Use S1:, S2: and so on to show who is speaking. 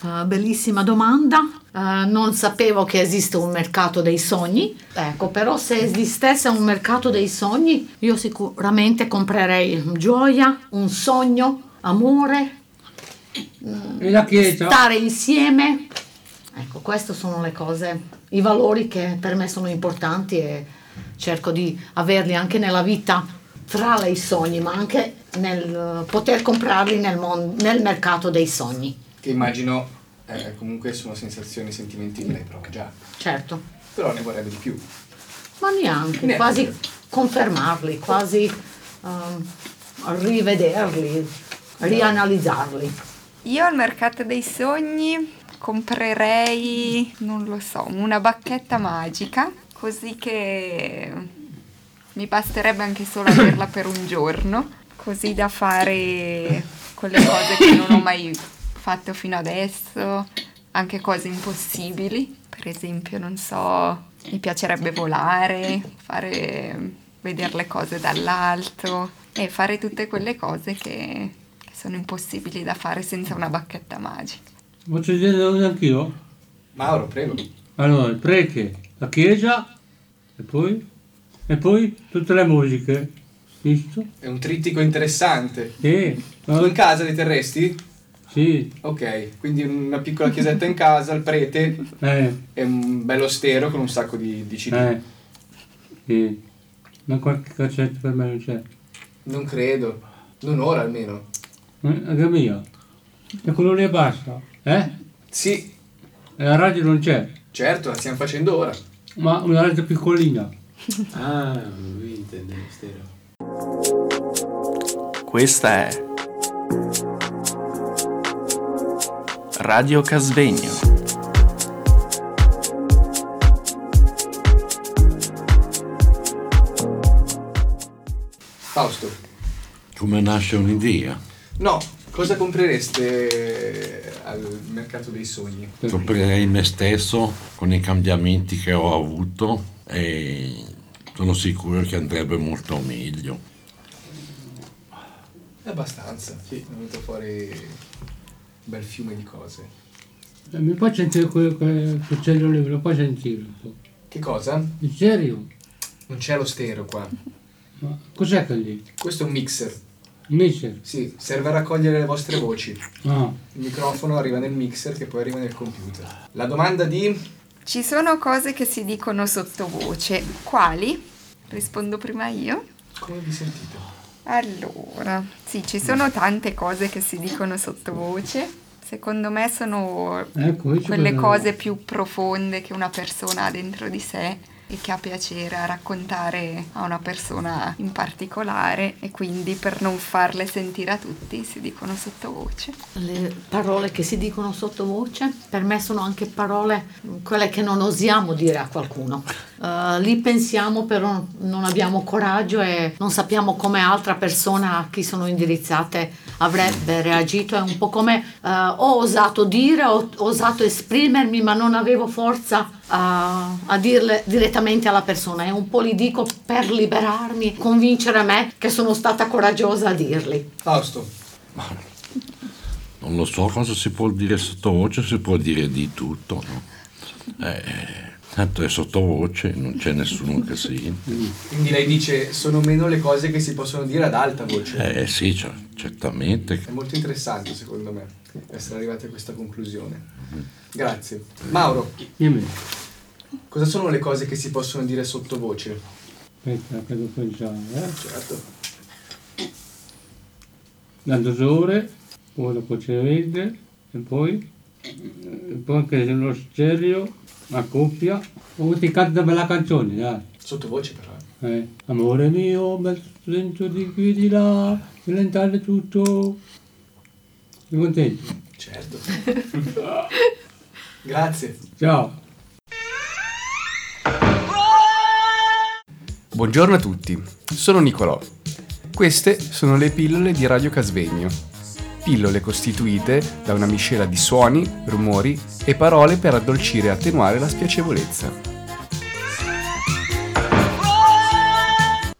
S1: Ah, bellissima domanda. Ah, non sapevo che esiste un mercato dei sogni. Ecco, però se esistesse un mercato dei sogni, io sicuramente comprerei gioia, un sogno, amore,
S2: E la chiesa?
S1: stare insieme. Ecco, queste sono le cose, i valori che per me sono importanti e cerco di averli anche nella vita, tra i sogni, ma anche nel eh, poter comprarli nel, mon- nel mercato dei sogni.
S3: Che immagino eh, comunque sono sensazioni sentimenti che lei prova già.
S1: Certo,
S3: Però ne vorrebbe di più.
S1: ma neanche,
S3: Neanche.
S1: quasi confermarli, quasi ehm, rivederli, rianalizzarli.
S4: Io al mercato dei sogni comprerei, non lo so, una bacchetta magica, così che mi basterebbe anche solo averla per un giorno, così da fare quelle cose che non ho mai fatto fino adesso, anche cose impossibili, per esempio, non so, mi piacerebbe volare, fare vedere le cose dall'alto e fare tutte quelle cose che, che sono impossibili da fare senza una bacchetta magica.
S2: Posso dire una anch'io?
S3: Mauro, prego.
S2: Allora, il prete, la chiesa e poi? E poi tutte le musiche. Visto?
S3: È un trittico interessante.
S2: Sì.
S3: Tu
S2: ma-
S3: in casa dei terrestri?
S2: Sì.
S3: Ok, quindi una piccola chiesetta in casa, il prete
S2: Eh.
S3: e un bello stero con un sacco di, di CD.
S2: Eh. Sì. Ma qualche cassetta per me non c'è.
S3: Non credo. Non ora almeno.
S2: Eh, anche mia. E quello lì basta. Eh?
S3: Sì,
S2: E la radio non c'è.
S3: certo, la stiamo facendo ora.
S2: Ma una radio piccolina.
S5: Ah, lui intende stereo.
S6: Questa è Radio Casvegno.
S3: Fausto.
S7: Come nasce un'idea?
S3: No, cosa comprereste eh, al mercato dei sogni?
S7: Comprerei me stesso con i cambiamenti che ho avuto e sono sicuro che andrebbe molto meglio.
S3: Abbastanza. Sì. È venuto fuori un bel fiume di cose.
S2: Eh, Mi puoi sentire quello che che c'è lì, me lo puoi sentire un po'.
S3: Che cosa?
S2: In serio?
S3: Non c'è lo stereo qua.
S2: Ma cos'è che lì?
S3: Questo è un mixer.
S2: Mister?
S3: Sì, serve a raccogliere le vostre voci. Il
S2: Ah.
S3: microfono arriva nel mixer che poi arriva nel computer. La domanda di...
S4: Ci sono cose che si dicono sottovoce. Quali? Rispondo prima io.
S3: Come vi sentite?
S4: Allora, sì, ci sono tante cose che si dicono sottovoce. Secondo me sono
S2: Ecco, io ci
S4: quelle
S2: parlo.
S4: cose più profonde che una persona ha dentro di sé e che ha piacere a raccontare a una persona in particolare e quindi per non farle sentire a tutti si dicono sottovoce.
S1: Le parole che si dicono sottovoce per me sono anche parole mh, quelle che non osiamo dire a qualcuno. Eh, li pensiamo però non abbiamo coraggio e non sappiamo come altra persona a chi sono indirizzate avrebbe reagito. È un po' come eh, ho osato dire, ho osato esprimermi ma non avevo forza a, a dirle direttamente alla persona. È un po' li dico per liberarmi, convincere me che sono stata coraggiosa a dirli.
S3: Fausto,
S7: Non lo so cosa si può dire sottovoce, si può dire di tutto, no? Eh, tanto è sottovoce, non c'è nessuno che sente.
S3: quindi lei dice sono meno le cose che si possono dire ad alta voce.
S7: Eh sì, cer- certamente.
S3: È molto interessante secondo me essere arrivati a questa conclusione. Grazie. Mauro,
S2: Dimmi.
S3: cosa sono le cose che si possono dire sottovoce?
S2: Aspetta, che devo pensare, eh.
S3: Certo.
S2: L'andosore, poi la pocevede, e poi? E poi anche lo stereo, la coppia. O ti canta una bella canzone, dai.
S3: Sottovoce però. eh.
S2: Eh, amore mio, bel sento di qui e di là, rallentare tutto. Sei contento?
S3: Certo. Grazie.
S2: Ciao.
S3: Buongiorno a tutti, sono Nicolò. Queste sono le pillole di Radio Casvegno. Pillole costituite da una miscela di suoni, rumori e parole per addolcire e attenuare la spiacevolezza.